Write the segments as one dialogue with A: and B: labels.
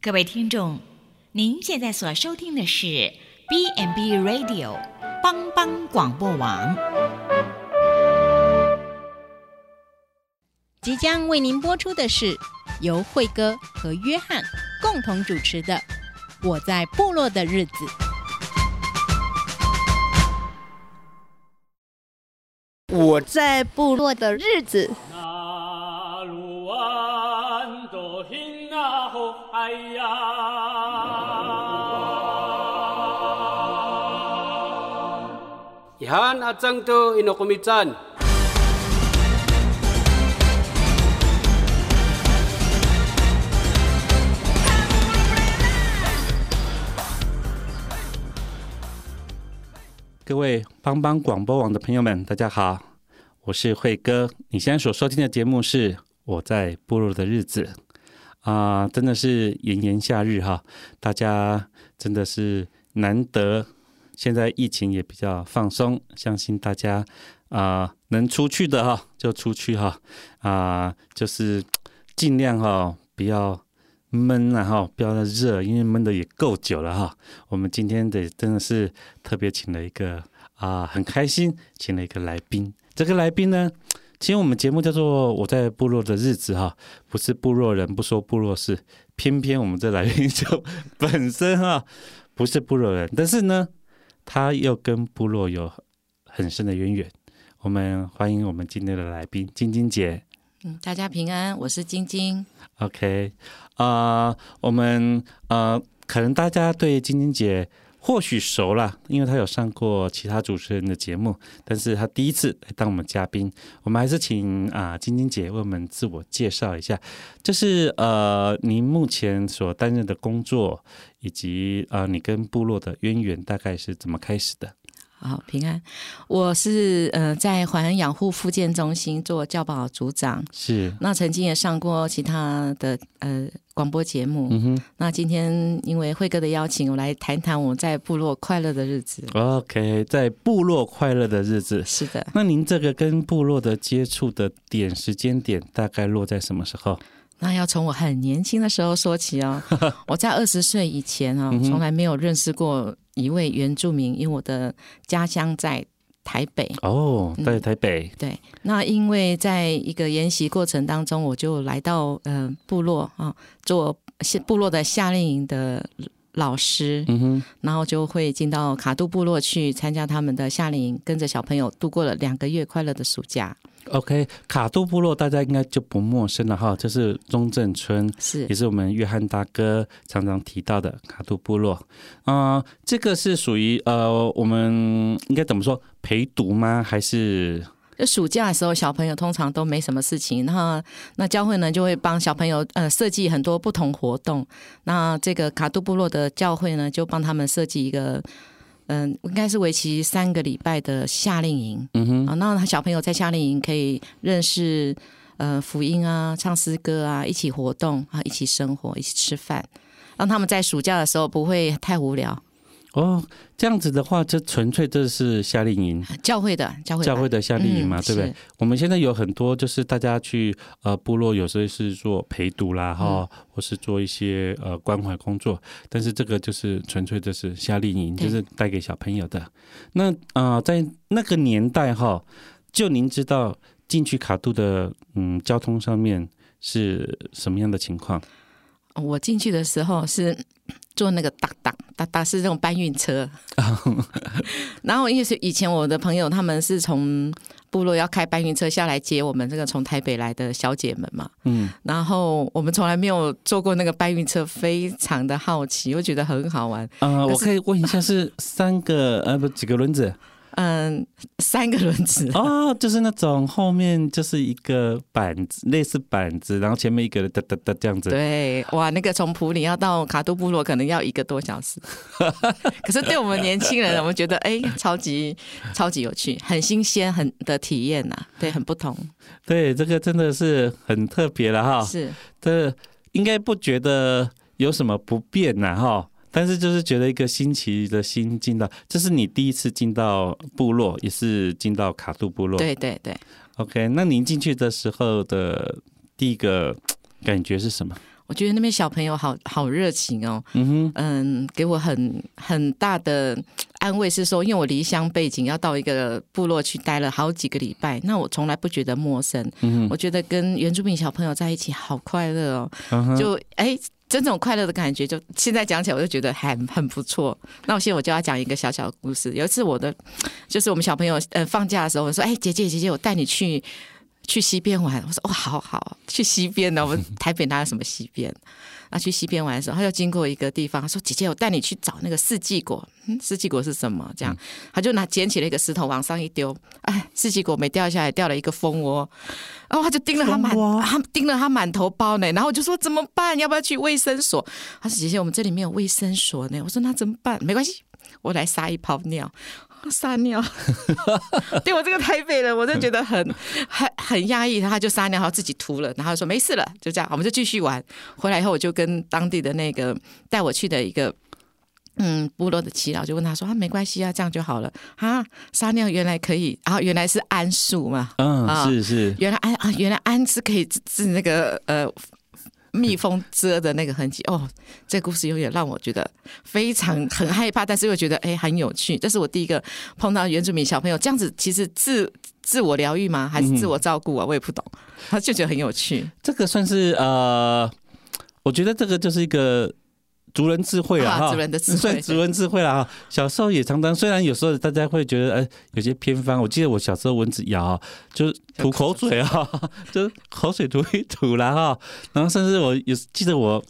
A: 各位听众，您现在所收听的是 B n B Radio 帮帮广播网，
B: 即将为您播出的是由慧哥和约翰共同主持的《我在部落的日子》。
C: 我在部落的日子，
D: 那鲁安多hin那吼哎呀。
E: Ihan atsang tu inokumitsan.
F: 各位帮帮广播网的朋友们，大家好，我是慧哥。你现在所收听的节目是《我在部落的日子》啊、真的是炎炎夏日哈，大家真的是难得，现在疫情也比较放松，相信大家啊、能出去的哈就出去哈啊、就是尽量哈不要闷啊哈，不要那热，因为闷的也够久了哈。我们今天得真的是特别请了一个啊、很开心，请了一个来宾。这个来宾呢，其实我们节目叫做《我在部落的日子》哈，不是部落人不说部落事，偏偏我们这来宾就本身哈不是部落人，但是呢，他又跟部落有很深的渊源。我们欢迎我们今天的来宾晶晶姐
G: 嗯，大家平安，我是晶晶。
F: ，OK，啊、我们呃，可能大家对晶晶姐或许熟啦，因为她有上过其他主持人的节目，但是她第一次来当我们嘉宾，我们还是请啊、晶晶姐为我们自我介绍一下，就是呃，您目前所担任的工作，以及呃，你跟部落的渊源大概是怎么开始的？
G: 好，平安，我是呃在淮安养护复健中心做教保组长，
F: 是，
G: 那曾经也上过其他的呃广播节目。
F: 嗯哼。
G: 那今天因为辉哥的邀请，我来谈谈我在部落快乐的日子。
F: OK，在部落快乐的日子，
G: 是的，
F: 那您这个跟部落的接触的点时间点大概落在什么时候？
G: 那要从我很年轻的时候说 起哦。我在二十岁以前哦
F: 嗯，哼
G: 从来没有认识过一位原住民，因为我的家乡在台北。
F: 哦，
G: 嗯
F: 在台北，
G: 对，那因为在一个研习过程当中，我就来到呃部落啊，做是部落的夏令营的老师，
F: 嗯哼，
G: 然后就会进到卡杜部落去参加他们的夏令营，跟着小朋友度过了两个月快乐的暑假。
F: OK，卡杜部落大家应该就不陌生了哈，就是中正村，
G: 是
F: 也是我们约翰大哥常常提到的卡杜部落。啊、这个是属于呃，我们应该怎么说？陪读吗？还是
G: 就暑假的时候，小朋友通常都没什么事情，那那教会呢就会帮小朋友呃设计很多不同活动。那这个卡杜部落的教会呢，就帮他们设计一个，嗯、应该是为期三个礼拜的夏令营。
F: 嗯哼
G: 啊，那小朋友在夏令营可以认识呃福音啊，唱诗歌啊，一起活动啊，一起生活，一起吃饭，让他们在暑假的时候不会太无聊。
F: 哦，这样子的话，这纯粹这是夏令营，
G: 教会的教会
F: 教会
G: 版
F: 的夏令营嘛，
G: 嗯
F: 对不对
G: 是？
F: 我们现在有很多就是大家去呃部落，有时候是做陪读啦哈，
G: 嗯
F: 或是做一些呃关怀工作，但是这个就是纯粹就是夏令营，就
G: 对
F: 是带给小朋友的。那啊、呃在那个年代哈，就您知道进去卡杜的嗯交通上面是什么样的情况？
G: 我进去的时候是 坐那个哒哒哒哒，是那种搬运车。然后因为是以前我的朋友他们是从部落要开搬运车下来接我们这个从台北来的小姐们嘛，
F: 嗯，
G: 然后我们从来没有坐过那个搬运车，非常的好奇，我觉得很好玩。
F: 啊，
G: 可
F: 我
G: 是
F: 可以问一下是三个呃不几个轮 子？
G: 嗯，三个轮子，
F: 哦，就是那种后面就是一个板子，类似板子，然后前面一个哒哒哒这样子。
G: 对，哇，那个从普里要到卡杜部落可能要一个多小时，可是对我们年轻人，我们觉得哎、超级超级有趣，很新鲜，很的体验呐、对，很不同，
F: 对，这个真的是很特别了哈。
G: 是
F: 这应该不觉得有什么不便呐、哈。但是就是觉得一个新奇的心进到，这是你第一次进到部落，也是进到卡杜部落。
G: 对对对。
F: ，OK，那您进去的时候的第一个感觉是什么？
G: 我我觉得那边小朋友好好热情哦，
F: 嗯哼，
G: 嗯，给我很很大的安慰是说，因为我离乡背景，要到一个部落去待了好几个礼拜，那我从来不觉得陌生。
F: 嗯
G: 我觉得跟原住民小朋友在一起好快乐哦，
F: 嗯哼，
G: 就哎。这种快乐的感觉就，现在讲起来我就觉得很很不错。那我现在我就要讲一个小小的故事。有一次我的，就是我们小朋友呃放假的时候，我说：“哎，姐姐姐姐，我带你去去西边玩。”我说：“哦，好好，去西边呢。我们台北哪有什么西边？”啊，去西边玩的时候，他就经过一个地方，他说：“姐姐，我带你去找那个四季果。嗯，四季果是什么？”这样，他就拿捡起了一个石头往上一丢，哎，四季果没掉下来，掉了一个蜂窝。然后他就盯了他满，他盯了他满头包呢。然后我就说怎么办？要不要去卫生所？他说姐姐，我们这里没有卫生所呢。我说那怎么办？没关系，我来撒一泡尿。撒尿，对我这个台北人，我就觉得很很很压抑。他就撒尿，然后自己吐了，然后说没事了，就这样，我们就继续玩。回来以后，我就跟当地的那个带我去的一个嗯部落的耆老，就问他说啊，没关系啊，这样就好了啊。撒尿原来可以，啊，原来是桉树嘛，
F: 嗯，
G: 啊
F: 是是，
G: 原来安啊，原来安是可以治治那个呃蜜蜂蛰的那个痕迹哦。这故事有点让我觉得非常很害怕，但是又觉得哎很有趣。这是我第一个碰到原住民小朋友这样子，其实自自我疗愈吗？还是自我照顾
F: 嗯
G: 啊？我也不懂， 他就觉得很有趣。
F: 这个算是呃，我觉得这个就是一个。族人智慧啊，
G: 啊
F: 哈
G: 族人的智慧
F: 算族人智慧啦。哈小时候也常常，虽然有时候大家会觉得，哎、有些偏方。我记得我小时候蚊子咬啊，就是吐口水 啊，就是口水吐一吐啦哈。然后甚至我有记得我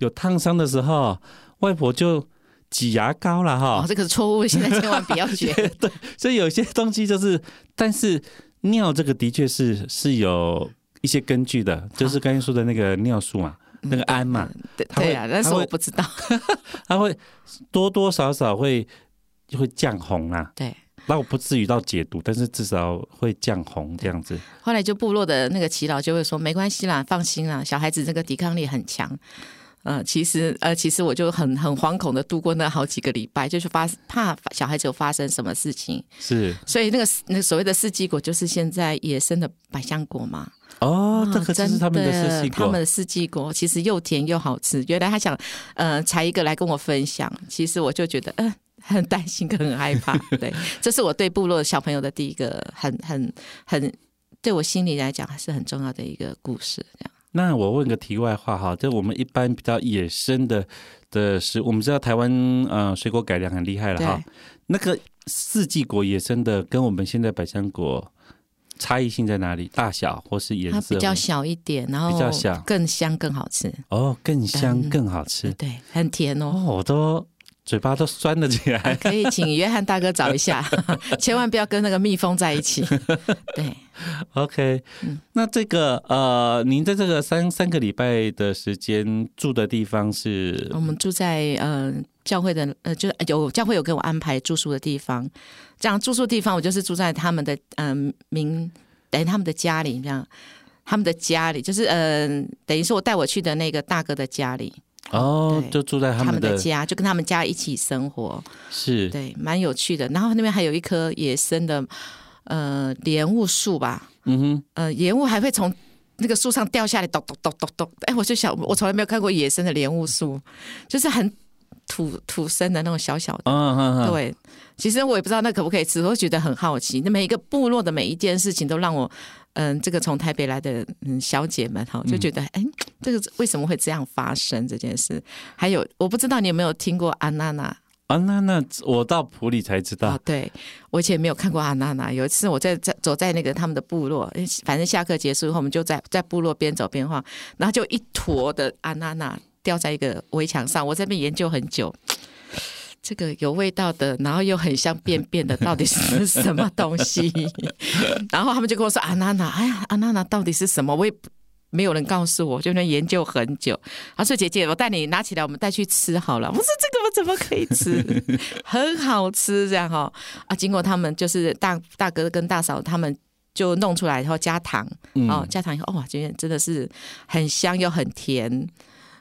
F: 有烫伤的时候，外婆就挤牙膏啦哈。
G: 哦，这个是错误，现在千万不要学。
F: 对，所以有些东西就是，但是尿这个的确是是有一些根据的，就是刚才说的那个尿素嘛，那个氨嘛，
G: 啊嗯对
F: 他会
G: 对啊，但是
F: 他会
G: 我不知道。
F: 它会多多少少会会降红啊，
G: 对，
F: 那我不至于到解毒，但是至少会降红这样子。
G: 后来就部落的那个耆老就会说：“没关系啦，放心啦，小孩子这个抵抗力很强。”呃，其实呃，其实我就很很惶恐的度过那好几个礼拜，就是发怕小孩子有发生什么事情，
F: 是
G: 所以那个那个所谓的四季果就是现在野生的百香果嘛。
F: 哦，这
G: 啊
F: 个就
G: 真
F: 是他们的
G: 的
F: 四季
G: 他
F: 果
G: 们，的四季果其实又甜又好吃。原来他想呃采一个来跟我分享，其实我就觉得嗯、呃很担心跟很害 怕。对，这是我对部落小朋友的第一个很很很对我心里来讲还是很重要的一个故事。这样
F: 那我问个题外话哈，就我们一般比较野生的的食物，我们知道台湾呃水果改良很厉害了哈
G: 对，
F: 那个四季果野生的跟我们现在百香果差异性在哪里？大小或是颜
G: 它
F: 色？
G: 啊比较小一点，然
F: 比
G: 后
F: 较小
G: 更香更好吃。
F: 哦，更香
G: 嗯
F: 更好吃
G: 对，很甜哦。
F: 哦，我都嘴巴都酸了起来。
G: 可以请约翰大哥 找一下，千万不要跟那个蜜蜂在一起。对，
F: OK，、那
G: 嗯
F: 这个呃，您在这个三三个礼拜的时间住的地方是
G: 我们住在呃教会的呃，就是有教会有给我安排住宿的地方，这样住宿地方我就是住在他们的嗯、呃、民等于他们的家里这样，他们的家里就是嗯、呃、等于是我带我去的那个大哥的家里，
F: 哦，
G: 对
F: 就住在他
G: 他
F: 们
G: 们
F: 的
G: 的家就跟他们家一起生活，
F: 是
G: 对，蛮有趣的。然后那边还有一棵野生的呃莲雾树吧，
F: 嗯哼，
G: 呃莲雾还会从。那个树上掉下来，咚咚咚咚咚！哎，我就想，我从来没有看过野生的莲雾树，就是很土土生的那种小小的。
F: 嗯嗯嗯，
G: 对，其实我也不知道那可不可以吃，我会觉得很好奇。那每一个部落的每一件事情都让我，嗯，这个从台北来的嗯小姐们哈，就觉得哎、这个为什么会这样发生这件事？还有，我不知道你有没有听过安娜娜
F: 啊，那那我到普里才知道
G: 啊？，对，我以前没有看过安娜娜。有一次我在在走在那个他们的部落，诶反正下课结束以后，我们就在在部落边走边晃，然后就一坨的安娜娜掉在一个围墙上，我在那边研究很久。 这个有味道的，然后又很像便便的，到底是什么东西？ 然后他们就跟我说：“安娜娜，哎呀，安娜娜到底是什么？”我也不没有人告诉我，就那研究很久。他说：“姐姐，我带你拿起来，我们带去吃好了。”我说：“这个我怎么可以吃？很好吃，这样哦。”啊，经过他们就是大大哥跟大嫂他们就弄出来以后加糖，
F: 嗯
G: 哦，加糖以后哇，今天真的是很香又很甜，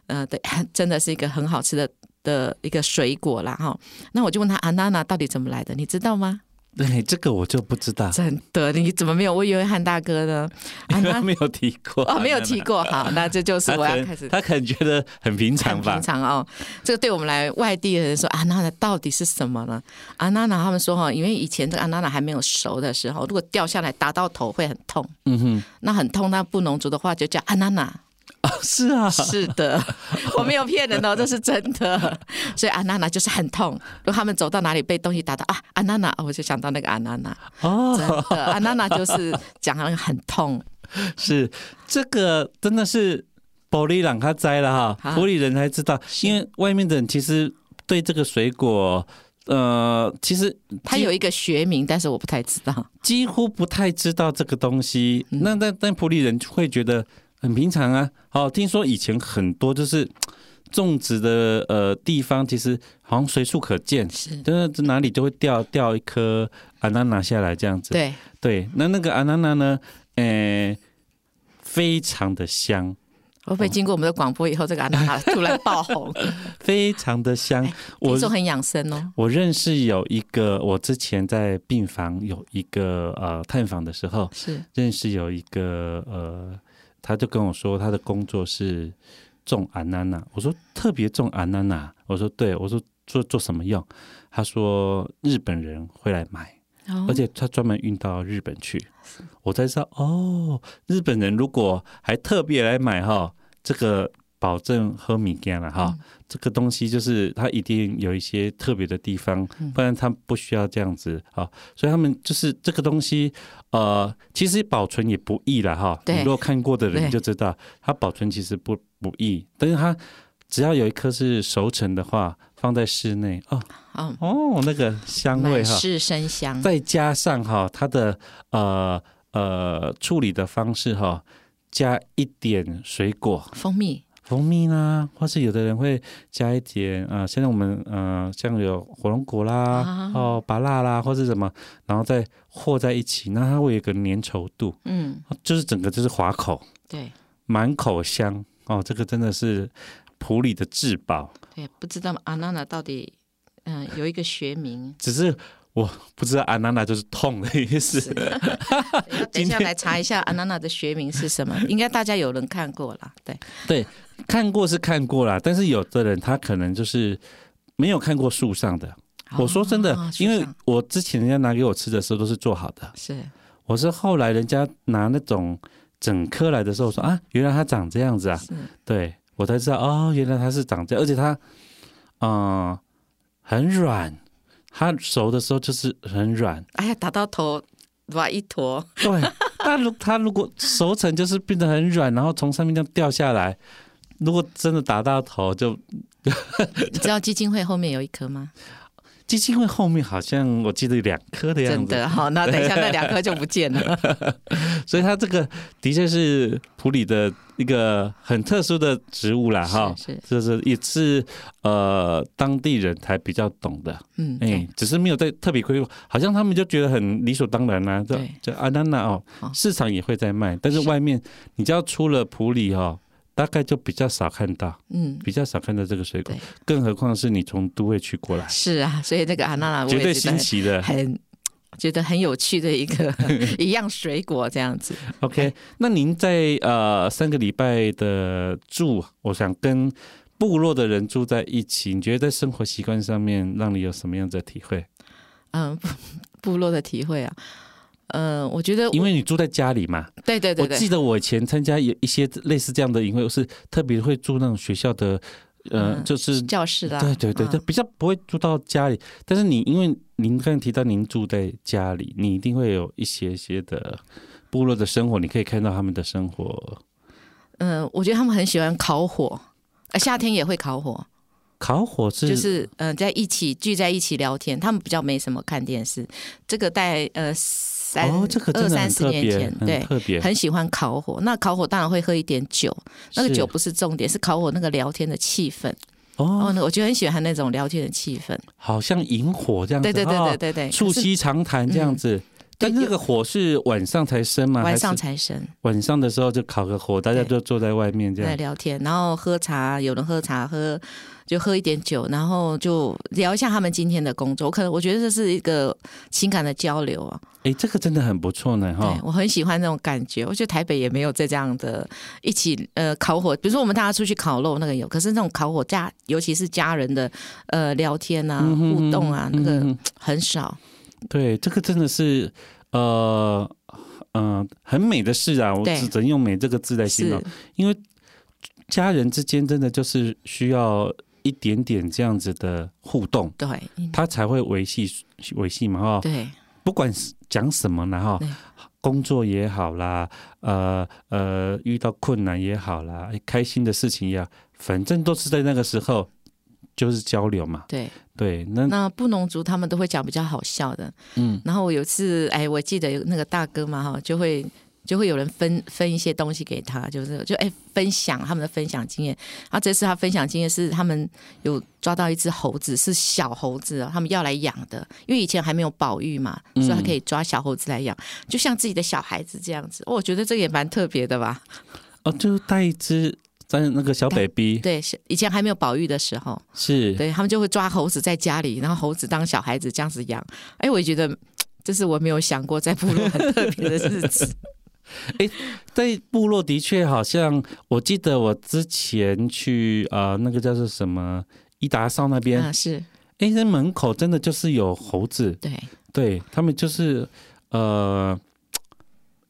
G: 呃，对， 真的是一个很好啊吃的的一个水果啦哈、那我就问他安娜娜到底怎么来的，你知道吗？
F: 对，这个我就不知道，
G: 真的，你怎么没有？我以为汉大哥呢？ 啊，那
F: 没有提过，
G: 哦，没有提过，好，那这就是
F: 他
G: 我
F: 可
G: 要
F: 能
G: 开始
F: 他可能觉得很平常
G: 很
F: 吧
G: 平。常哦，这个对我们来外地的人说，安娜娜到底是什么呢？安娜娜他们说哈，因为以前这个安娜娜还没有熟的时候，如果掉下来打到头会很痛，
F: 嗯哼，
G: 那很痛，那布农族的话就叫安 娜娜。
F: 啊，是啊，
G: 是的， 我没有骗人哦，这是真的。 所以安娜娜就是很痛，如果他们走到哪里被东西打到啊，安娜娜，哦我就想到那个安娜娜，真
F: 哦，
G: 的，安娜 娜就是讲那个很痛。
F: 是这个真的是玻璃朗他摘了哈，
G: 啊
F: 普里人才知道，
G: 是
F: 因为外面的人其实对这个水果，呃，其实
G: 它
F: 几
G: 有一个学名，但是我不太知道。
F: 几乎不太知道这个东西。
G: 嗯
F: 那但但普里人会觉得很平常啊。哦，听说以前很多就是嘖种植的呃地方，其实好像随处可见，
G: 是
F: 就是哪里就会掉掉一颗安娜拿下来这样子。
G: 对，
F: 对那那个安娜拿呢，呃，非常的香，
G: 会不
F: 哦
G: 会经过我们的广播以后，这个安娜娜突然爆红？
F: 非常的香
G: 哎。
F: 我
G: 听说很养生哦。
F: 我认识有一个，我之前在病房有一个呃探访的时候，
G: 是
F: 认识有一个呃，他就跟我说他的工作是种安娜娜，我说特别种安娜娜，我说对，我说做做什么用？他说日本人会来买，
G: 哦
F: 而且他专门运到日本去，我才知道哦，日本人如果还特别来买哈，这个。保证喝米干了
G: 嗯
F: 哈，这个东西就是它一定有一些特别的地方，
G: 嗯
F: 不然它不需要这样子啊。所以他们就是这个东西，呃，其实保存也不易了哈。
G: 对
F: 你如果看过的人
G: 对
F: 就知道，它保存其实不不易，但是它只要有一颗是熟成的话，放在室内哦
G: 嗯，
F: 哦，那个香味
G: 满
F: 哈，
G: 是生香，
F: 再加上哈它的呃呃处理的方式哈，加一点水果，
G: 蜂蜜
F: 蜂蜜啦，或是有的人会加一点啊、呃，现在我们呃像有火龙果啦，
G: 啊
F: 哦，芭辣啦，或是什么，然后再和在一起，那它会有一个粘稠度，哦
G: 嗯，
F: 就是整个就是滑口，
G: 对
F: 满口香哦，这个真的是普里的至宝。，
G: 对，不知道安娜娜到底嗯有一个学名
F: 只是我不知道安娜娜就是痛的意思，
G: 要等一
F: 今
G: 下
F: 天
G: 来查一下安娜娜的学名 是什么，应该大家有人看过啦，对，
F: 对，看过是看过啦，但是有的人他可能就是没有看过树上的。我说真的，
G: 哦
F: 因为
G: 树上
F: 我之前人家拿给我吃的时候都是做好的，
G: 是
F: 我是后来人家拿那种整颗来的时候，我说啊，原来它长这样子啊，
G: 是
F: 对我才知道哦，原来它是长这样，而且它，嗯、很软，它熟的时候就是很软，
G: 哎呀，打到头哇一坨，
F: 对， 它如它如果熟成就是变得很软，然后从上面这样掉下来，如果真的打到头就，
G: 你知道基金会后面有一颗吗？
F: 基金会后面好像我记得有两颗的样
G: 真
F: 子，
G: 的，好，那等一下那两颗就不 见了。
F: 所以它这个的确是普里的一个很特殊的植物啦，哈，
G: 是是
F: 就是也是呃当地人才比较懂的，
G: 嗯，
F: 哎、
G: 对，
F: 只是没有在特别规划，好像他们就觉得很理所当然啊啦、这
G: 对
F: 这阿丹娜哦
G: 哦，
F: 市场也会在卖，但是
G: 是
F: 外面你只要出了普里哦，大概就比较少看到，
G: 嗯，
F: 比较少看到这个水果
G: 对，
F: 更何况是你从都会区过来，
G: 是啊，所以这个安娜娜我
F: 绝
G: 也
F: 对
G: 觉
F: 新
G: 得
F: 奇 的。
G: 很觉得很有趣的 一个一样水果这样子。
F: OK，那您在呃三个礼拜的住，我想跟部落的人住在一起，你觉得在生活习惯上面让你有什么样子的体会？
G: 嗯， 部部落的体会啊，呃，我觉得我
F: 因为你住在家里嘛，
G: 对对对
F: 我记
G: 对，
F: 得我以前参加有一些类似这样的营会，我是特别会住那种学校的，呃，
G: 嗯
F: 就是
G: 教室啦，
F: 对对对，
G: 嗯
F: 就比较不会住到家里。但是你因为您刚才提到您住在家里，你一定会有一些些的部落的生活，你可以看到他们的生活。
G: 嗯、我觉得他们很喜欢烤火，呃夏天也会烤火，
F: 烤火是
G: 就是嗯、呃在一起聚在一起聊天，他们比较没什么看电视，这个在呃三
F: 哦，这个真
G: 二
F: 的
G: 三
F: 很
G: 十
F: 特
G: 年
F: 别，
G: 前
F: 很
G: 对。
F: 特别，
G: 很喜欢烤火，那烤火当然会喝一点酒，那个
F: 是
G: 酒不是重点，是烤火那个聊天的气氛。哦，
F: 哦，
G: 那我就很喜欢那种聊天的气氛。
F: 好像萤火这样子，
G: 对对对
F: 哦
G: 对对对，
F: 促
G: 可是嗯
F: 膝长谈这样子。但那个火是晚上才生吗？
G: 晚上
F: 还是
G: 才生
F: 晚上的时候就烤个火，大家
G: 对
F: 就坐在外面这
G: 在
F: 样。
G: 聊天，然后喝茶，有人喝茶喝。就喝一点酒，然后就聊一下他们今天的工作。我可能我觉得这是一个情感的交流啊，
F: 哎，这个真的很不错呢哈
G: 对。我很喜欢那种感觉。我觉得台北也没有这这样的一起呃烤火，比如说我们大家出去烤肉那个有，可是那种烤火家，尤其是家人的呃聊天啊、
F: 嗯哼
G: 互动啊，那
F: 嗯
G: 个
F: 哼
G: 很少。
F: 对，这个真的是呃嗯、呃很美的事啊，我
G: 对
F: 只能用“美”这个字来形容
G: 是，，
F: 因为家人之间真的就是需要一点点这样子的互动，
G: 对，嗯
F: 他才会维系维系嘛哈。
G: 对，
F: 不管是讲什么然后
G: 对
F: 工作也好啦，呃呃，遇到困难也好啦，哎开心的事情也好，反正都是在那个时候就是交流嘛。
G: 对。
F: 对，那
G: 那布农族他们都会讲比较好笑的，
F: 嗯，
G: 然后我有一次，哎，我记得有那个大哥嘛哈，就会就会有人分分一些东西给他，就是就哎分享他们的分享经验。然后这次他分享经验是他们有抓到一只猴子，是小猴子哦，他们要来养的，因为以前还没有保育嘛，所以他可以抓小猴子来养，就像自己的小孩子这样子。哦我觉得这个也蛮特别的吧？
F: 哦，就带一只在那个小
G: 带
F: baby
G: 对，是以前还没有保育的时候，
F: 是
G: 对他们就会抓猴子在家里，然后猴子当小孩子这样子养。哎，我也觉得这是我没有想过在部落很特别的日 子。
F: 在部落的确好像，我记得我之前去呃那个叫做什么伊达邵那边，
G: 啊，是
F: 哎、那门口真的就是有猴子，
G: 对
F: 对他们就是呃，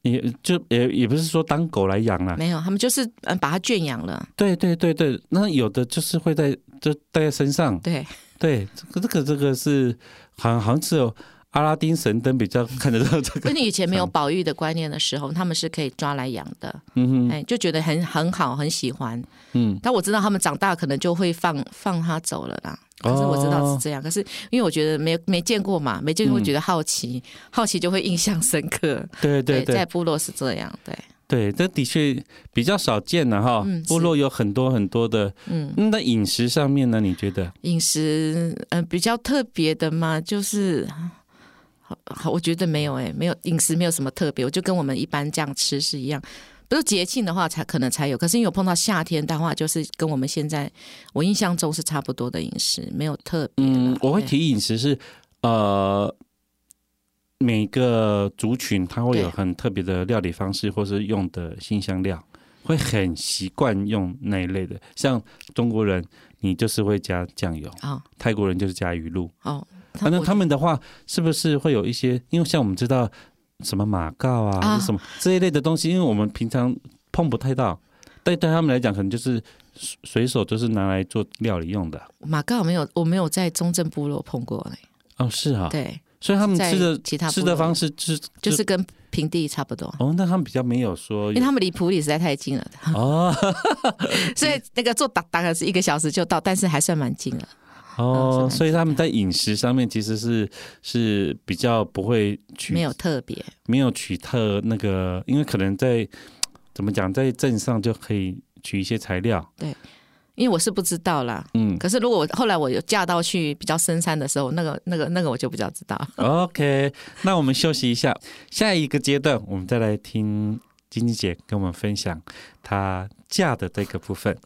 F: 也就也也不是说当狗来养啦，
G: 没有，他们就是嗯把它圈养了。
F: 对对对对，那有的就是会在就带在身上，
G: 对，
F: 对，这个这个这个是好像好像只有阿拉丁神灯比较看得 到这
G: 所
F: 个
G: 以，你以前没有保育的观念的时候，他们是可以抓来养的，
F: 嗯哼，
G: 哎，就觉得很很好，很喜欢。
F: 嗯，
G: 但我知道他们长大可能就会放放它走了啦。可是我知道是这样，可是因为我觉得没没见过嘛，没见过
F: 哦嗯
G: 会觉得好奇，好奇就会印象深刻。
F: 对对对
G: 在，部落是这样，对，
F: 对，这的确比较少见了哈。
G: 嗯
F: 部落有很多很多的，
G: 嗯。
F: 嗯那饮食上面呢？你觉得？
G: 饮食，嗯、比较特别的嘛，就是，好，好，我觉得没有、欸，没有饮食没有什么特别，我就跟我们一般这样吃是一样。不是节庆的话才可能才有，可是因为我碰到夏天的话，就是跟我们现在我印象中是差不多的饮食，没有特别啦。
F: 嗯，我会
G: 对
F: 提饮食是，呃，每个族群它会有
G: 对
F: 很特别的料理方式，或是用的新香料，会很习惯用那一类的。像中国人，你就是会加酱油；
G: 哦
F: 泰国人就是加鱼露。
G: 哦，
F: 啊那
G: 我
F: 他们的话，是不是会有一些？因为像我们知道什么马告啊，
G: 啊
F: 还是什么这一类的东西，因为我们平常碰不太到，但对他们来讲，可能就是随随手就是拿来做料理用的。
G: 马告没有，我没有在中正部落碰过、欸，
F: 哦，是啊，
G: 对，
F: 所以他们
G: 在
F: 吃的
G: 其他
F: 吃
G: 部
F: 的
G: 落
F: 方式就是
G: 就是跟平地差不多，
F: 哦，那他们比较没有说
G: 因
F: 有
G: 为他们离普里实在太近了，
F: 哦
G: 所以那个坐打当然是一个小时就到，但是还算蛮近了。
F: 哦，
G: 是
F: 所以他们在饮食上面其实是是比较不会取
G: 没有特别，
F: 没有取特那个，因为可能在怎么讲，在镇上就可以取一些材 料，
G: 因为我是不知道啦。
F: 嗯。
G: 可是如果我后来我有嫁到去比较深山的时候，那个那个那个我就比较知道。
F: OK，那我们休息一下，下一个阶段我们再来听晶晶姐跟我们分享她嫁的这个部分。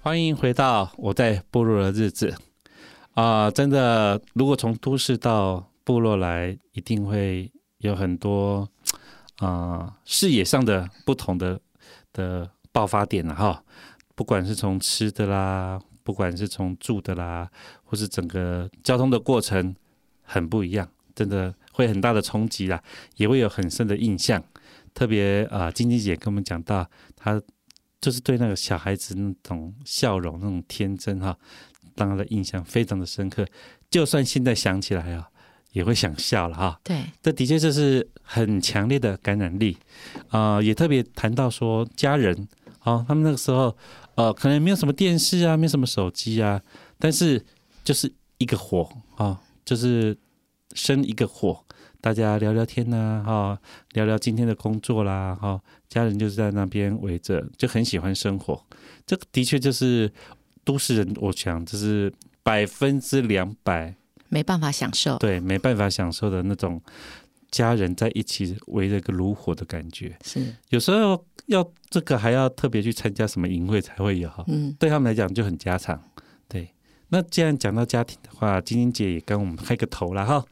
F: 欢迎回到我在部落的日子啊、真的，如果从都市到部落来，一定会有很多啊、呃视野上的不同的的爆发点了、哈。不管是从吃的啦，不管是从住的啦，或是整个交通的过程很不一样，真的会很大的冲击啦，也会有很深的印象。特别啊、呃，晶晶姐跟我们讲到，她就是对那个小孩子那种笑容、那种天真哈、让她的印象非常的深刻。就算现在想起来啊，也会想笑了哈、
G: 对，
F: 这的确就是很强烈的感染力，啊、也特别谈到说家人，哦，他们那个时候，呃，可能没有什么电视啊，没有什么手机啊，但是就是一个火啊、哦就是生一个火，大家聊聊天呐、哈、哦聊聊今天的工作啦，哈、哦家人就是在那边围着，就很喜欢生活，这个的确就是都市人，我想这是百分之两百。
G: 没办法享受，
F: 对，没办法享受的那种家人在一起围着个炉火的感觉。
G: 是，
F: 有时候要这个还要特别去参加什么营会才会有哈，
G: 嗯，
F: 对他们来讲就很家常。对，那既然讲到家庭的话，晶晶姐也跟我们开个头了哈，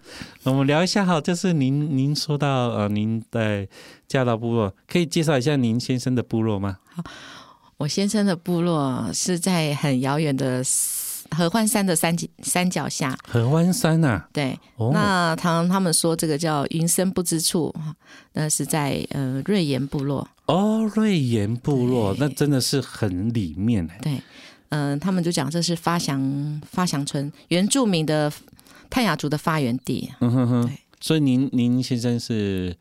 F: 我们聊一下哈，就是您您说到呃，您在嫁到部落，可以介绍一下您先生的部落吗？
G: 我先生的部落是在很遥远的合欢山的山脊山脚下，
F: 合欢山呐、
G: 对，
F: 哦，
G: 那常他们说这个叫云深不知处，那是在呃瑞岩部落。
F: 哦，瑞岩部落，
G: 对
F: 那真的是很里面哎、
G: 对，嗯、他们就讲这是发祥发祥村原住民的泰雅族的发源地，
F: 嗯哼哼
G: 对，
F: 所以您您先生是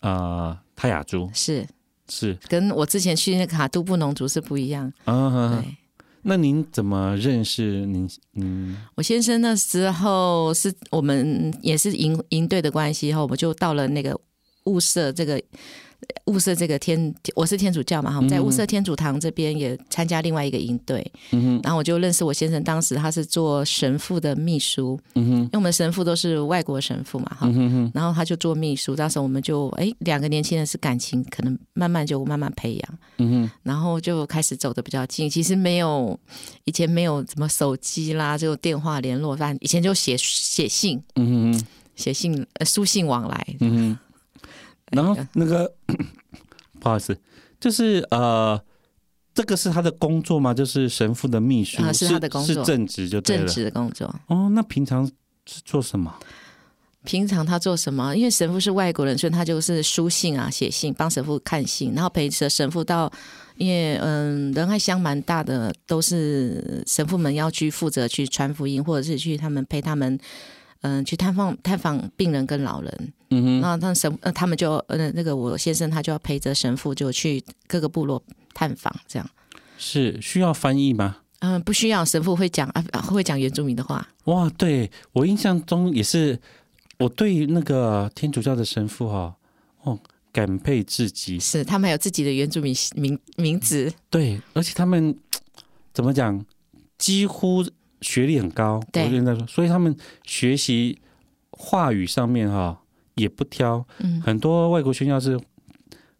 F: 呃泰雅族
G: 是
F: 是，
G: 跟我之前去那个卡杜布农族是不一样。
F: 嗯
G: 对、
F: 哼，那您怎么认识您嗯
G: 我先生那时候是我们也是营营队的关系，后我们就到了那个雾社这个。雾社这个天，我是天主教嘛，哈我们在
F: 嗯
G: 雾社天主堂这边也参加另外一个营队，
F: 嗯哼
G: 然后我就认识我先生，当时他是做神父的秘书，
F: 嗯哼
G: 因为我们神父都是外国神父嘛，哈、
F: 嗯哼哼
G: 然后他就做秘书，当时我们就哎，两个年轻人是感情可能慢慢就慢慢培养，
F: 嗯哼
G: 然后就开始走的比较近。其实没有以前没有什么手机啦，就电话联络，但以前就写写信、
F: 嗯哼
G: 哎
F: 哼
G: 写信、呃、书信往来。
F: 嗯哼，然后那个 不好意思，就是呃。这个是他的工作吗？就是神父的秘书，
G: 啊是他的工作
F: 是正职就对
G: 正
F: 了。
G: 职的工作，
F: 哦，那平常是做什么？
G: 平常他做什么？因为神父是外国人，所以他就是书信啊、写信，帮神父看信，然后陪着神父到，因为嗯，仁爱乡蛮大的，都是神父们要去负责去传福音，或者是去他们陪他们，嗯，去探访探访病人跟老人。
F: 嗯哼，
G: 那他神呃，他们就呃那个我先生他就要陪着神父就去各个部落探访，这样。
F: 是需要翻译吗？
G: 嗯，不需要神父会讲啊，会讲原住民的话。
F: 哇，对我印象中也是，我对那个天主教的神父哈、哦，感佩至极。
G: 是，他们有自己的原住民名名字。
F: 对，而且他们嘖怎么讲，几乎学历很高，我
G: 对
F: 跟他说，所以他们学习话语上面哈、也不挑。
G: 嗯，
F: 很多外国宣教士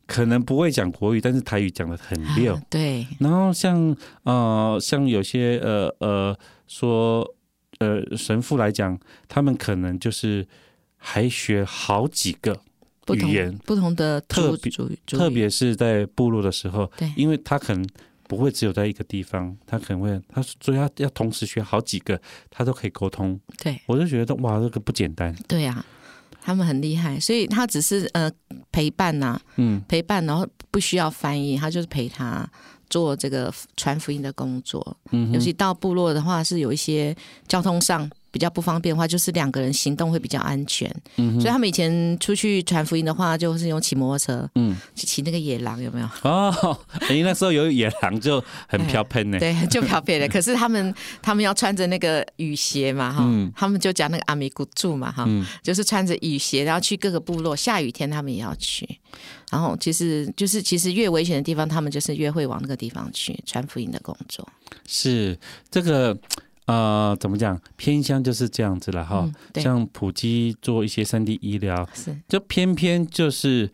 F: 可能不会讲国语，但是台语讲的很溜。
G: 啊对，
F: 然后像呃，像有些呃呃说呃神父来讲，他们可能就是还学好几个，
G: 不同
F: 语言
G: 不同的
F: 特
G: 族
F: 别
G: 族族
F: 特
G: 语
F: 别是在部落的时候，
G: 对
F: 因为他可能不会只有在一个地方，他可能会他所以他要同时学好几个，他都可以沟通。
G: 对
F: 我就觉得哇，这个不简 单，
G: 对啊，他们很厉害，所以他只是呃陪伴呐、
F: 嗯
G: 陪伴，然后不需要翻译，他就是陪他做这个传福音的工作。
F: 嗯哼，
G: 尤其到部落的话，是有一些交通上比较不方便的话，就是两个人行动会比较安全。
F: 嗯哼
G: 所以他们以前出去传福音的话，就是用骑摩托车，
F: 嗯
G: 骑骑那个野狼有没有？
F: 哦，哎，那时候有野狼就很飘喷呢，
G: 对，就漂 白了。可是他们他们要穿着那个雨鞋嘛，哈、
F: 嗯
G: 他们就讲那个阿米古柱嘛，哈、
F: 嗯
G: 就是穿着雨鞋，然后去各个部落，下雨天他们也要去。然后其实就是其实越危险的地方，他们就是越会往那个地方去传福音的工作。
F: 是这个呃，怎么讲？偏乡就是这样子了哈。
G: 嗯嗯，对，
F: 像普及做一些三 D 医疗，
G: 是
F: 就偏偏就是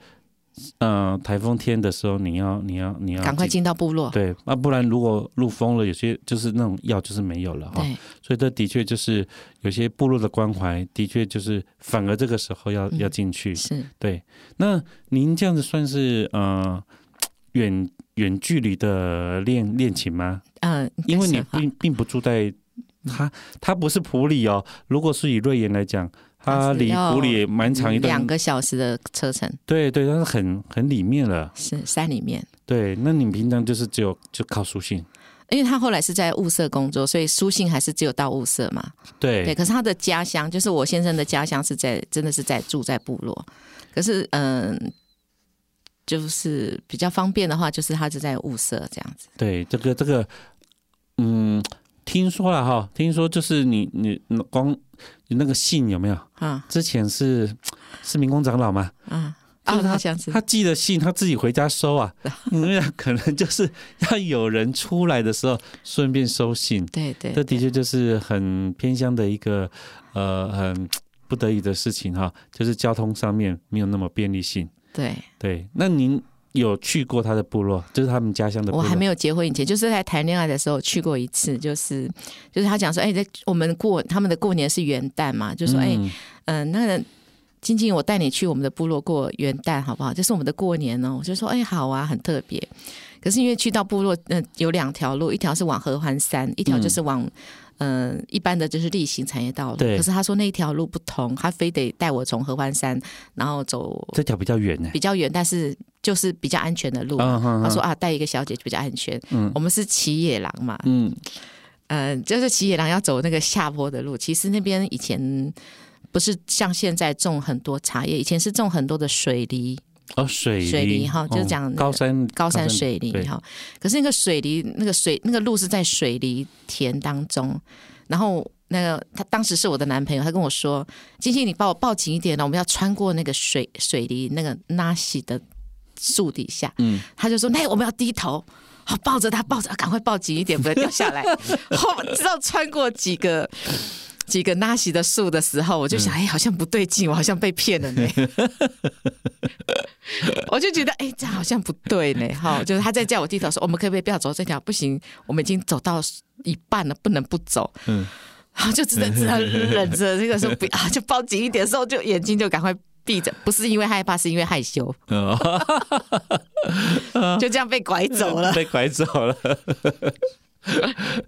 F: 呃台风天的时候，你要你要你要
G: 赶快
F: 进
G: 进到部落。
F: 对，啊，不然如果路封了，有些就是那种药就是没有了哈。
G: 对
F: 所以这的确就是有些部落的关怀，的确就是反而这个时候要、
G: 嗯
F: 要进去。
G: 是
F: 对，那您这样子算是呃远远距离的恋恋情吗？
G: 嗯，
F: 因
G: 应该
F: 为你
G: 是哈
F: 并并不住在他
G: 嗯
F: 他不是普里哦，如果是以瑞岩来讲，他
G: 它是
F: 离
G: 要
F: 普里也蛮长一段，
G: 两个小时的车程，
F: 对对，但是很很里面了。
G: 是山里面。
F: 对，那你平常就是只有就靠书信，
G: 因为他后来是在物色工作，所以书信还是只有到物色嘛。
F: 对
G: 对，可是他的家乡，就是我先生的家乡是在，真的是在住在部落。可是，嗯，就是比较方便的话，就是他是在物色这样子。
F: 对，这个这个，嗯，听说了哈，听说就是你你你光你那个信有没有？
G: 啊
F: 之前是是民工长老嘛，
G: 啊
F: 就
G: 啊，
F: 是他
G: 好像是
F: 他寄的信他自己回家收啊， 因为可能就是要有人出来的时候顺便收信，
G: 对对，
F: 这的确就是很偏乡的一个呃很不得已的事情哈，就是交通上面没有那么便利性。
G: 对。
F: 对，那您有去过他的部落，就是他们家乡的部
G: 我
F: 落？
G: 还没有结婚以前，就是在谈恋爱的时候去过一次，就是就是他讲说，哎、在我们过他们的过年是元旦嘛，就说哎，嗯、
F: 嗯
G: 那晶晶，我带你去我们的部落过元旦好不好？这是我们的过年哦。我就说，哎、好啊，很特别。可是因为去到部落，嗯、有两条路，一条是往合欢山，一条就是往。嗯、一般的就是例行产业道路，
F: 对
G: 可是他说那一条路不同，他非得带我从合欢山，然后走
F: 这条比较远呢、
G: 比较远，但是就是比较安全的路。
F: 啊哈哈
G: 他说啊，带一个小姐比较安全。
F: 嗯
G: 我们是骑野狼嘛，
F: 嗯，
G: 嗯、就是骑野狼要走那个下坡的路。其实那边以前不是像现在种很多茶叶，以前是种很多的水梨、
F: 哦，水泥
G: 水泥哈就是讲那个
F: 高山
G: 高山水
F: 泥
G: 梨哈。可是那个水梨，那个水那个路是在水梨田当中，然后。那个他当时是我的男朋友，他跟我说：“金星，你把我抱紧一点了，我们要穿过那个水水梨那个纳西的树底下。”
F: 嗯，
G: 他就说：“那我们要低头。”好，抱着他，抱着，啊赶快抱紧一点，不要掉下 来。后知道穿过几个几个纳西的树的时候，我就想，哎、好像不对劲，我好像被骗了呢。我就觉得，哎、这样好像不对呢。哈，就是他在叫我低头说，我们可不可以不要走这条？不行，我们已经走到一半了，不能不走。
F: 嗯
G: 然后就只能只能忍着这个说不 啊要，就抱紧一点的时候，就眼睛就赶快闭着，不是因为害怕，是因为害羞，
F: 哦， 嗯
G: 就这样被拐 走了。
F: 被拐走了。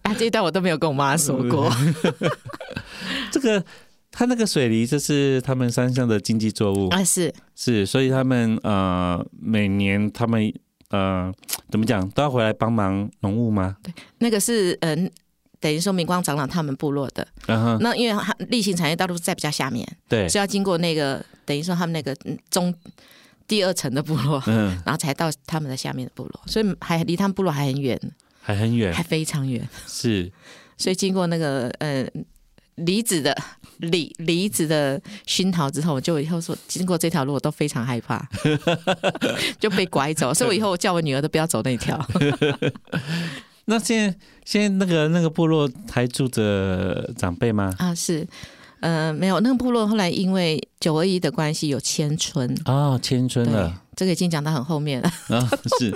G: 啊，这一段我都没有跟我妈说过。
F: 嗯 这个他那个水梨，这是他们山上的经济作物，
G: 啊，是
F: 是，所以他们呃每年他们呃怎么讲都要回来帮忙农务吗？
G: 那个是嗯、等于说明光长老他们部落的。
F: 嗯哼，
G: 那因为它例行产业道路是在比较下面，
F: 对，
G: 是要经过那个等于说他们那个嗯中第二层的部落，
F: 嗯，
G: 然后才到他们的下面的部落，所以还离他们部落还很远，
F: 还很远
G: 还，非常远。
F: 是，
G: 所以经过那个呃离子的离离子的熏陶之后，我就以后说经过这条路我都非常害怕，就被拐走。所以我以后我叫我女儿都不要走那条。
F: 那现在现在那个那个部落还住着长辈吗？
G: 啊，是，呃，没有，那个部落后来因为九二一的关系有迁村，
F: 啊，迁村了
G: 这个已经讲到很后面了。
F: 啊，是，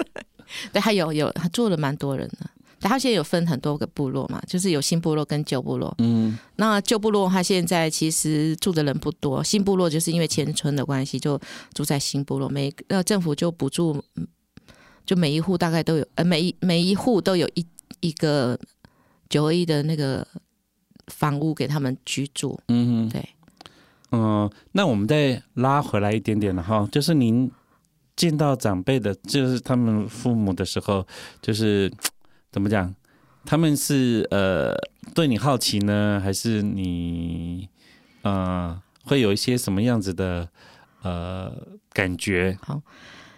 G: 对，他有有，他住了蛮多人的。但他现在有分很多个部落嘛，就是有新部落跟旧部落。
F: 嗯，
G: 那旧部落他现在其实住的人不多，新部落就是因为迁村的关系，就住在新部落。每呃政府就补助，嗯就每一户大概都有，呃每一每一户都有一一个九二一的那个房屋给他们居住。
F: 嗯，
G: 对。
F: 嗯，那我们再拉回来一点点了哈，就是您见到长辈的，就是他们父母的时候，就是呃怎么讲？他们是呃对你好奇呢，还是你呃会有一些什么样子的呃感觉？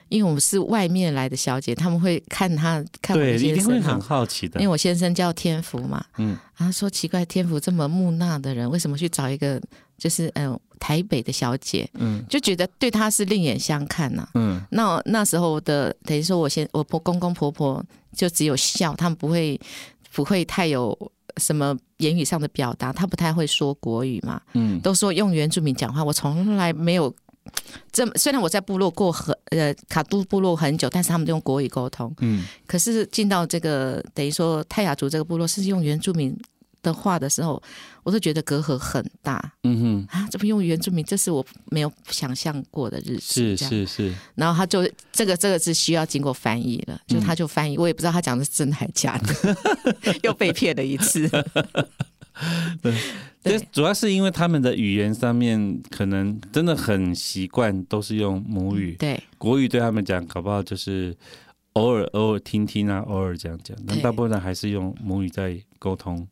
G: 因为我们是外面来的小姐，他们会看她看我
F: 对，
G: 的
F: 一
G: 先
F: 定会
G: 生哈
F: 很。好奇的
G: 因为。我先生叫天福嘛，
F: 嗯，
G: 他说奇怪，天福这么木讷的人，为什么去找一个就是嗯、呃台北的小姐？
F: 嗯
G: 就觉得对她是另眼相看呐、
F: 嗯
G: 那那时候的等于说我先我婆公公婆婆就只有笑，他们不会不会太有什么言语上的表达，他不太会说国语嘛，
F: 嗯，
G: 都说用原住民讲话，我从来没有这么虽然我在部落过很呃卡都部落很久，但是他们都用国语沟通。
H: 嗯，
G: 可是进到这个等于说泰雅族这个部落是用原住民的话的时候，我都觉得隔阂很大
F: 嗯哼，
G: 啊！怎么用原住民？这是我没有想象过的日子。
F: 是
G: 这样
F: 是是，
G: 然后他就这个这个是需要经过翻译了，就
F: 嗯
G: 他就翻译，我也不知道他讲的是真的还假的， 又被骗了一次。
F: 这
G: 对
F: 主要是因为他们的语言上面可能真的很习惯都是用母语，
G: 对
F: 国语对他们讲，搞不好就是偶尔偶尔听听啊，偶尔讲讲，但
G: 对
F: 大部分人还是用母语在沟通。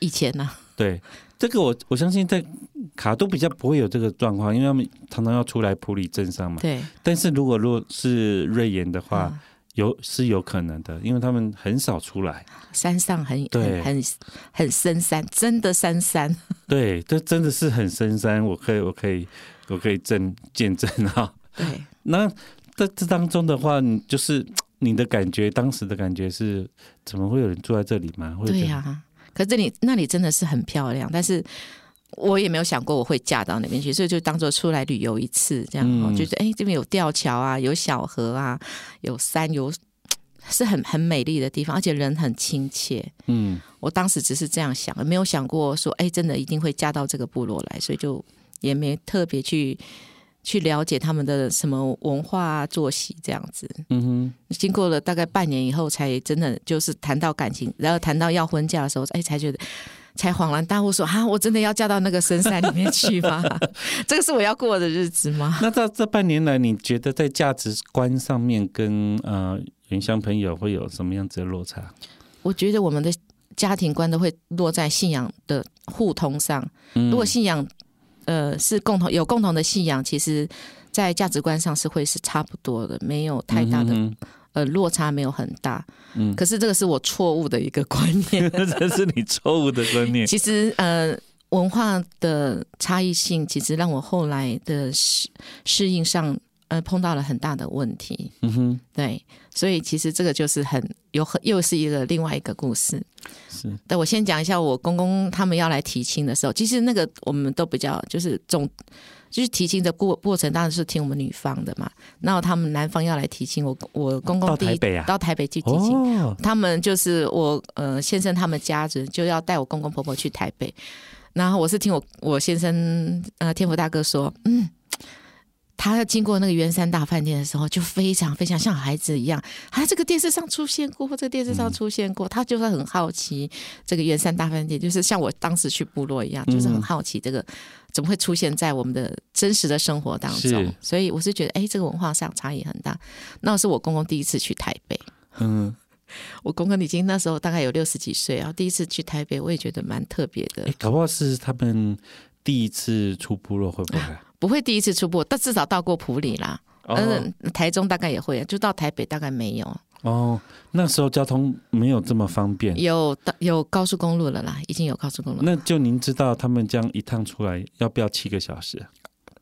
G: 以前呢、
F: 对，这个我我相信在卡都比较不会有这个状况，因为他们常常要出来普里镇上嘛。
G: 对，
F: 但是如果如果是瑞妍的话，
G: 嗯
F: 有是有可能的，因为他们很少出来。
G: 山上很
F: 对
G: 很很很深山，真的深山。
F: 对，这真的是很深山，我可以我可以我可以证见证啊。
G: 对，
F: 那在这当中的话，你就是你的感觉，当时的感觉是，怎么会有人住在这里吗？会
G: 对
F: 觉得
G: 呀、可是这里那里真的是很漂亮，但是我也没有想过我会嫁到那边去，所以就当做出来旅游一次这样，
F: 嗯
G: 我就觉得哎、这边有吊桥啊，有小河啊，有山，有是很很美丽的地方，而且人很亲切。
F: 嗯，
G: 我当时只是这样想，没有想过说哎、真的一定会嫁到这个部落来，所以就也没特别去。去了解他们的什么文化啊、作息这样子，
F: 嗯哼，
G: 经过了大概半年以后，才真的就是谈到感情，然后谈到要婚嫁的时候，哎，才觉得。才恍然大悟说：“啊，我真的要嫁到那个深山里面去吗？ 这个是我要过的日子吗
F: 那到这半年来，你觉得在价值观上面跟呃原乡朋友会有什么样子的落差？？”
G: 我觉得我们的家庭观都会落在信仰的互通上。
F: 嗯
G: 如果信仰，呃，是共同有共同的信仰，其实，在价值观上是会是差不多的，没有太大的、
F: 嗯
G: 呃落差，没有很大。
F: 嗯
G: 可是这个是我错误的一个观 念。
H: 这是你错误的观 念。
G: 其实呃，文化的差异性其实让我后来的适适应上，呃，碰到了很大的问题。
F: 嗯 哼，
G: 对，所以其实这个就是很有很又是一个另外一个故事。
F: 是
G: 但我先讲一下，我公公他们要来提亲的时候，其实那个我们都比较就是总就是提亲的过过程，当然是听我们女方的嘛。然后他们男方要来提亲，我我公
F: 到
G: 公第一
F: 台北啊
G: 到台北去提亲，
F: 哦，
G: 他们就是我呃先生他们家人就要带我公公婆婆去台北，然后我是听我我先生呃天福大哥说，嗯，他要经过那个圆山大饭店的时候，就非常非常像孩子一样，啊，这个电视上出现过，这个电视上出现过，他就是很好奇这个圆山大饭店，就是像我当时去部落一样，就是很好奇这个怎么会出现在我们的真实的生活当
F: 是
G: 中，所以我是觉得，哎，这个文化上差异很大。那是我公公第一次去台北。
F: 嗯，
G: 我公公已经那时候大概有六十几岁，然后第一次去台北，我也觉得蛮特别的
F: 哎，，搞不好是他们第一次出部落，会啊不会？
G: 不会第一次出国，但至少到过普里啦，
F: 哦
G: 嗯、台中大概也会，就到台北大概没有，
F: 哦，那时候交通没有这么方便，
G: 有到有高速公路了啦，已经有高速公路了。
F: 那就您知道他们这样一趟出来要不要七个小时？啊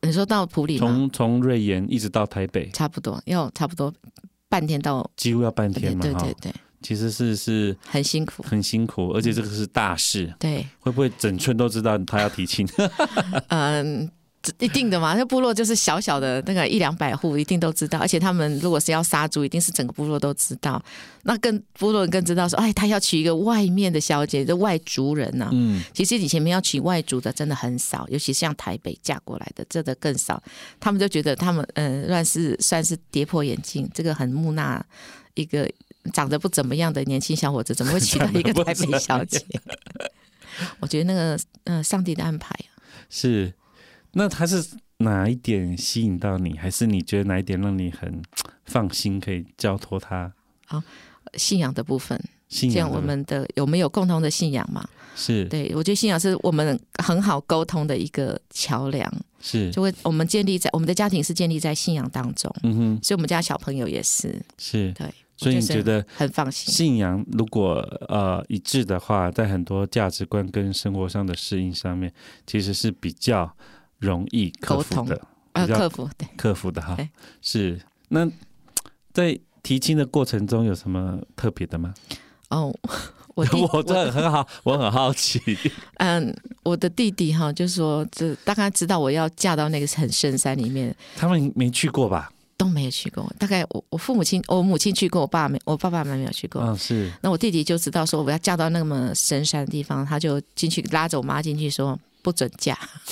G: 你说到普里吗？
F: 从从瑞妍一直到台北，
G: 差不多要差不多半天到，
F: 几乎要半
G: 对
F: 天嘛，
G: 对
F: 哈
G: 对，对，
F: 其实是是
G: 很辛苦，
F: 很辛苦，而且这个是大事，
G: 对，
F: 会不会整村都知道他要提亲？
G: 嗯。这一定的嘛，那部落就是小小的那个一两百户，一定都知道。而且他们如果是要杀猪，一定是整个部落都知道。那更部落人更知道说，哎，他要娶一个外面的小姐，这外族人呐、
F: 嗯，
G: 其实以前没有娶外族的真的很少，尤其像台北嫁过来的，真的更少。他们就觉得他们嗯，算是算是跌破眼镜，这个很木讷一个长得不怎么样的年轻小伙子，怎么会娶到一
F: 长得
G: 个
F: 不
G: 台北小姐？ 我觉得那个嗯、呃上帝的安排啊
F: 是。那他是哪一点吸引到你，还是你觉得哪一点让你很放心，可以交托他
G: 信仰的部分，
F: 信
G: 这
F: 仰
G: 样
F: 的？
G: 我们的有没有共同的信仰嘛？
F: 是
G: 对，我觉得信仰是我们很好沟通的一个桥梁，
F: 是，
G: 就会我们建立在我们的家庭是建立在信仰当中，
F: 嗯哼，
G: 所以我们家小朋友也是
F: 是。
G: 对，
F: 所以你
G: 就是
F: 觉得
G: 很放心。
F: 信仰如果呃一致的话，在很多价值观跟生活上的适应上面，其实是比较容易克服的，
G: 呃，
F: 比较
G: 客服对，
F: 克服的哈
G: 对。
F: 是那在提亲的过程中有什么特别的吗？
G: 哦，我弟
H: 我这很好，我很好 奇。
G: 嗯，我的弟弟哈，就是说，这大概知道我要嫁到那个很深山里面，
F: 他们没去过吧？
G: 都没有去过。大概我我父母亲，我母亲去过，我爸没，我爸爸妈妈没有去过。
F: 嗯，是
G: 那我弟弟就知道说我要嫁到那么深山的地方，他就进去拉着我妈进去说不准嫁。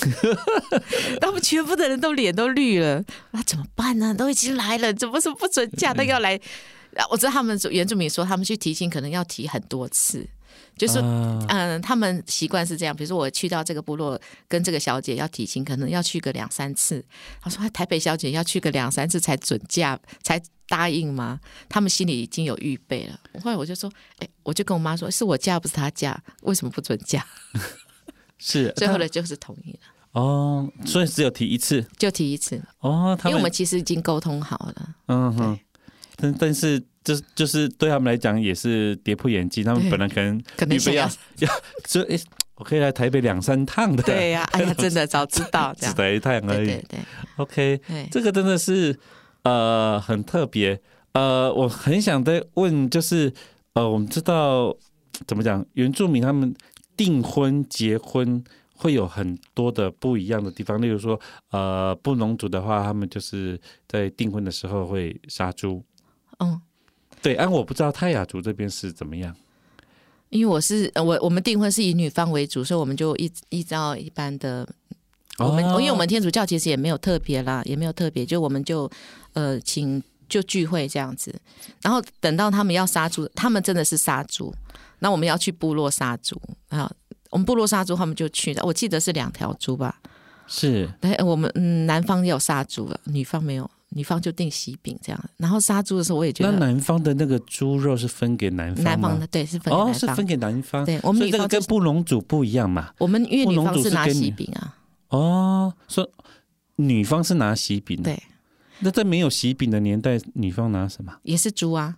G: 他们全部的人都脸都绿了，那怎么办呢？都已经来了，怎么说不准嫁？那个要来，啊我知道他们原住民说他们去提亲可能要提很多次，就是说
F: 啊，
G: 嗯，他们习惯是这样，比如说我去到这个部落跟这个小姐要提亲，可能要去个两三次。他说台北小姐要去个两三次才准嫁，才答应吗？他们心里已经有预备了。后来我就说，哎、我就跟我妈说，是我嫁不是他嫁，为什么不准 嫁？
F: 是
G: 最后呢，就是同意了，
F: 哦，所以只有提一次
G: 就提一次，
F: 哦。
G: 因
F: 他
G: 为我们
F: 们
G: 其实已经沟通好了。
F: 嗯哼，但但是就是就是对他们来讲也是跌破眼镜，他们
G: 对
F: 本来可能
G: 可能
F: 预备
G: 想要
F: 要要说，哎，我可以来台北两三趟的，
G: 啊对，呀、哎呀，真的早 知道哎这
F: 只
G: 样。
F: 来一趟而
G: 对
F: 已
G: 对。对
F: OK，
G: 对，
F: 这个真的是呃很特别。呃，我很想再问，就是呃，我们知道怎么讲，原住民他们订婚、结婚会有很多的不一样的地方，例如说，呃，布农族的话，他们就是在订婚的时候会杀猪。
G: 嗯。
F: 对，但我不知道泰雅族这边是怎么样。
G: 因为我是呃我我们订婚是以女方为主，所以我们就依依照一般的，我们、
F: 哦
G: 因为我们天主教其实也没有特别啦，也没有特别，就我们就呃请就聚会这样子，然后等到他们要杀猪，他们真的是杀猪，那我们要去部落杀猪啊，我们部落杀猪他们就去了，我记得是两条猪吧，
F: 是
G: 对，我们嗯男方有杀猪了，女方没有，女方就订喜饼这样，然后杀猪的时候我也觉
F: 那
G: 得
F: 南方的那个猪肉是分给南方吗？
G: 男方的对是分给
F: 哦，
G: 男
F: 是
G: 方，
F: 分给南方。
G: 对我们
F: 所以
G: 女
F: 这个
G: 方就
F: 跟
G: 是
F: 布农族不一样嘛。
G: 我们因为女
F: 布农
G: 方
F: 族
G: 是
F: 是
G: 拿
F: 跟
G: 喜
F: 你
G: 饼啊。
F: 哦，说女方是拿喜饼的，
G: 对。
F: 那在没有喜饼的年代，女方拿什么？
G: 也是猪啊。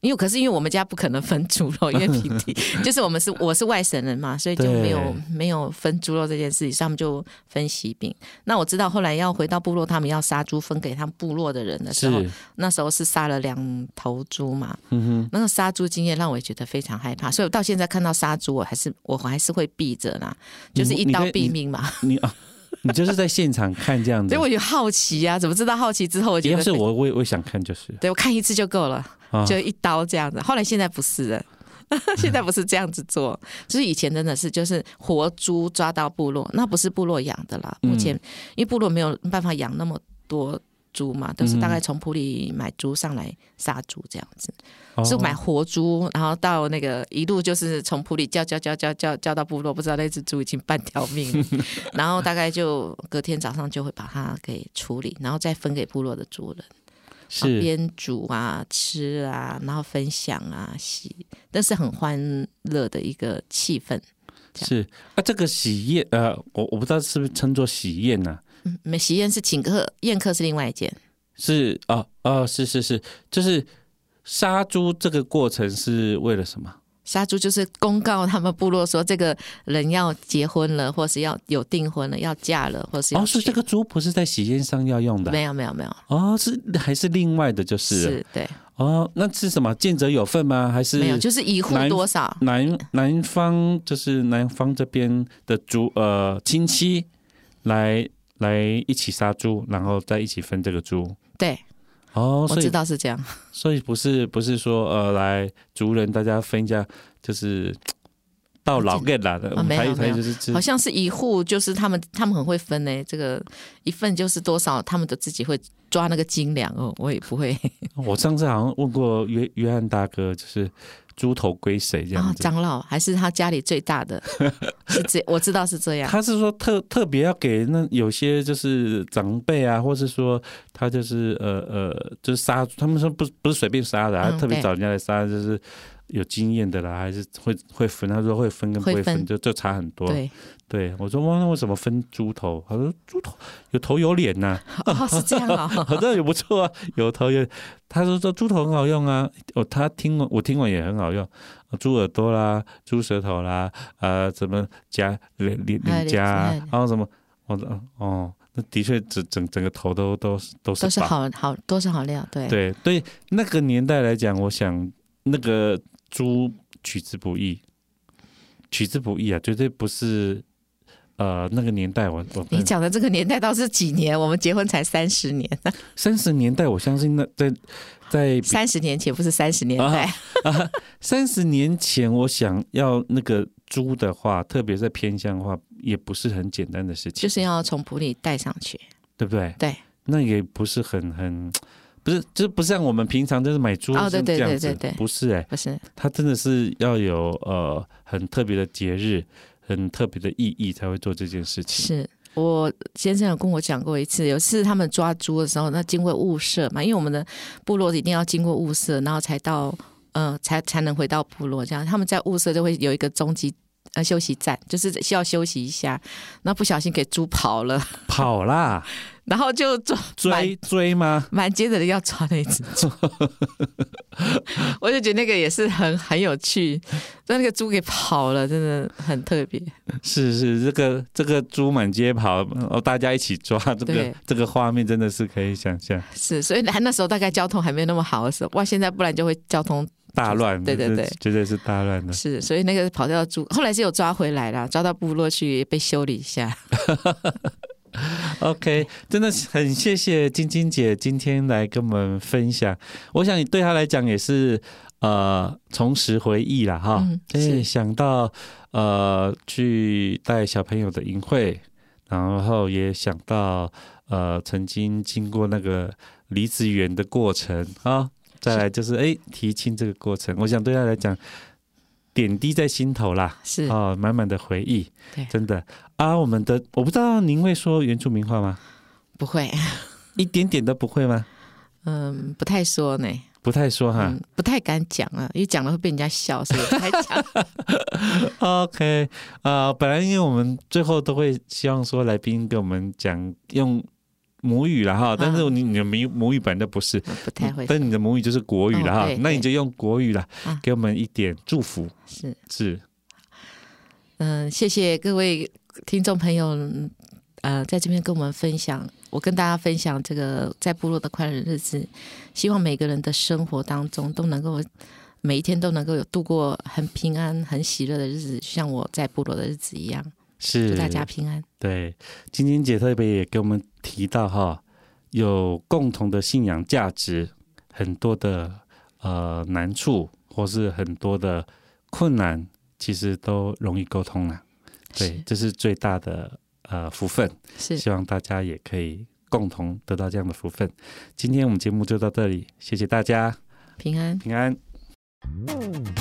G: 因为可是因为我们家不可能分猪 肉，因为平地就是我们是我是外省人嘛，所以就
F: 对
G: 没有没有分猪肉这件事情，所以他们就分喜饼。那我知道后来要回到部落，他们要杀猪分给他们部落的人的时候，那时候是杀了两头猪嘛。嗯、那个杀猪经验让我也觉得非常害怕，所以我到现在看到杀猪，我还是我还是会避着啦，就是
F: 你
G: 一刀
F: 你在
G: 毙命嘛。
F: 你啊，你就是在现场看这样子
G: 所以。我就好奇啊，怎么知道好奇之后，我觉
F: 要
G: 得
F: 是
G: 非
F: 我，我也我也想看，就是
G: 对我看一次就够了。
F: 啊，
G: 就一刀这样子。后来现在不是了， 现在不是这样子做，就是以前真的是就是活猪抓到部落，那不是部落养的啦。目前、因为部落没有办法养那么多猪嘛，都是大概从埔里买猪上来杀猪这样子，
F: 哦
G: 是买活猪，然后到那个一路就是从埔里叫叫叫叫叫叫到部落，不知道那只猪已经半条命了，然后大概就隔天早上就会把它给处理，然后再分给部落的主人。啊
F: 是
G: 边煮啊、吃啊，然后分享啊、喜，但是很欢乐的一个气氛。这样
F: 是啊，这个喜宴呃，我我不知道是不是称作喜宴呢、
G: 嗯，没喜宴是请客，宴客是另外一件。
F: 是啊啊，是是是，就是杀猪这个过程是为了什么？
G: 杀猪就是公告他们部落说这个人要结婚了，或是要有订婚了，要嫁了，或是要
F: 哦，所以
G: 娶
F: 这个猪不是在喜宴上要用的
G: 没有没有没有
F: 哦，是还是另外的，就是了
G: 对
F: 哦，那是什么？见者有份吗？还是
G: 没有就是一户
F: 男嗯
G: 多少
F: 南南方就是南方这边的族呃亲戚来来一起杀猪，然后再一起分这个猪。
G: 对，
F: 哦，
G: 我
F: 所
G: 知
F: 以
G: 道是这样。
F: 所以不是不是说呃来族人大家分一下，就是到老给啦呃的，
G: 啊
F: 我们
G: 没有
F: 台语
G: 没
F: 台语
G: 有
F: 就是吃
G: 好像是一户，就是他们他们很会分呢、这个一份就是多少，他们都自己会抓那个斤两哦，我也不会。
F: 我上次好像问过约约翰大哥，就是猪头归谁这
G: 啊
F: 样，子。
G: 长老还是他家里最 大的，是这我知道是这样。
F: 他是说特特别要给那有些就是长辈啊，或是说他就是呃呃，就是杀，他们说不不是随便杀的、啊，
G: 嗯
F: 他特别
G: 对
F: 找人家来杀，就是有经验的啦，还是会会分。他说会分跟不会
G: 会
F: 分，
G: 分
F: 就就差很多。
G: 对，
F: 对我说哇，那为什么分猪头？他说猪头有头有脸呐、
G: 哦，是这样 啊、
F: 好像也不错啊，有头有。他说说猪头很好用啊，哦，他听我我听完也很好用，呃猪耳朵啦，猪舌头啦，呃，什么夹脸脸
G: 还有
F: 脸颊啊
G: 脸颊，
F: 然后什么，我说哦，那的确整整整个头都都是都是
G: 都是
F: 宝
G: 好好都是好料，对，
F: 对对，那个年代来讲，我想那个猪取之不易，取之不易啊，绝对不是呃那个年代我我
G: 你讲的这个年代倒是几年？我们结婚才三十年，
F: 三十年代，我相信那在在
G: 三十年前不是三十年代，
F: 啊三十年前，我想要那个猪的话，特别在偏乡的话，也不是很简单的事情，
G: 就是要从普里带上去。
F: 对不对？
G: 对，
F: 那也不是很很，不是，就是不像我们平常就是买猪
G: 哦
F: 是
G: 对对
F: 这样
G: 对
F: 子
G: 对对
F: 不是哎、
G: 不是，
F: 它真的是要有呃很特别的节日，很特别的意义才会做这件事情。
G: 是我先生有跟我讲过一次，有一次他们抓猪的时候，那经过雾社嘛，因为我们的部落一定要经过雾社，然后才到呃才才能回到部落。这样他们在雾社就会有一个终极呃休息站，就是需要休息一下。那不小心给猪跑了，
F: 跑啦，
G: 然后就抓满
F: 追追吗？
G: 满街的人要抓那只猪，我就觉得那个也是很很有趣。那那个猪给跑了，真的很特别。
F: 是是，这个这个猪满街跑，哦，大家一起抓，这个
G: 对
F: 这个画面真的是可以想象，
G: 是，所以还那时候大概交通还没有那么好的时候，哇，现在不然就会交通
F: 大乱，
G: 对对
F: 这
G: 对
F: 绝对是大乱的。
G: 是，所以那个跑掉的猪后来是有抓回来啦，抓到部落去被修理一下。
F: OK，真的是很谢谢晶晶姐今天来跟我们分享。我想你对她来讲也是呃重拾回忆啦，哈，
G: 嗯
F: 对，
G: 是
F: 想到呃去带小朋友的营会，然后也想到呃曾经经过那个离子园的过程啊，再来就是哎提亲这个过程，我想对她来讲点滴在心头啦。
G: 是，
F: 哦，满满的回忆
G: 对，
F: 真的啊！我们的我不知道您会说原住民话吗？
G: 不会，
F: 一点点都不会吗？
G: 嗯，不太说呢，
F: 不太说哈。
G: 嗯，不太敢讲啊，因为讲了会被人家笑，所以不太讲。
F: OK，呃，本来因为我们最后都会希望说来宾给我们讲用母语了哈，但是你你的母语母语本来就不是，
G: 我嗯不啊太会，
F: 但你的母语就是国语了哈
G: 哦对，
F: 那你就用国语了
G: 啊，
F: 给我们一点祝福
G: 是，
F: 是。
G: 嗯，谢谢各位听众朋友，嗯呃，在这边跟我们分享，我跟大家分享这个在部落的快乐日子，希望每个人的生活当中都能够每一天都能够有度过很平安、很喜乐的日子，像我在部落的日子一样，
F: 是
G: 祝大家平安。
F: 对，晶晶姐特别也给我们提到哈，有共同的信仰价值，很多的呃难处或是很多的困难，其实都容易沟通了。对
G: 是，
F: 这是最大的呃福分，
G: 是，
F: 希望大家也可以共同得到这样的福分。今天我们节目就到这里，谢谢大家，
G: 平安。
F: 平安。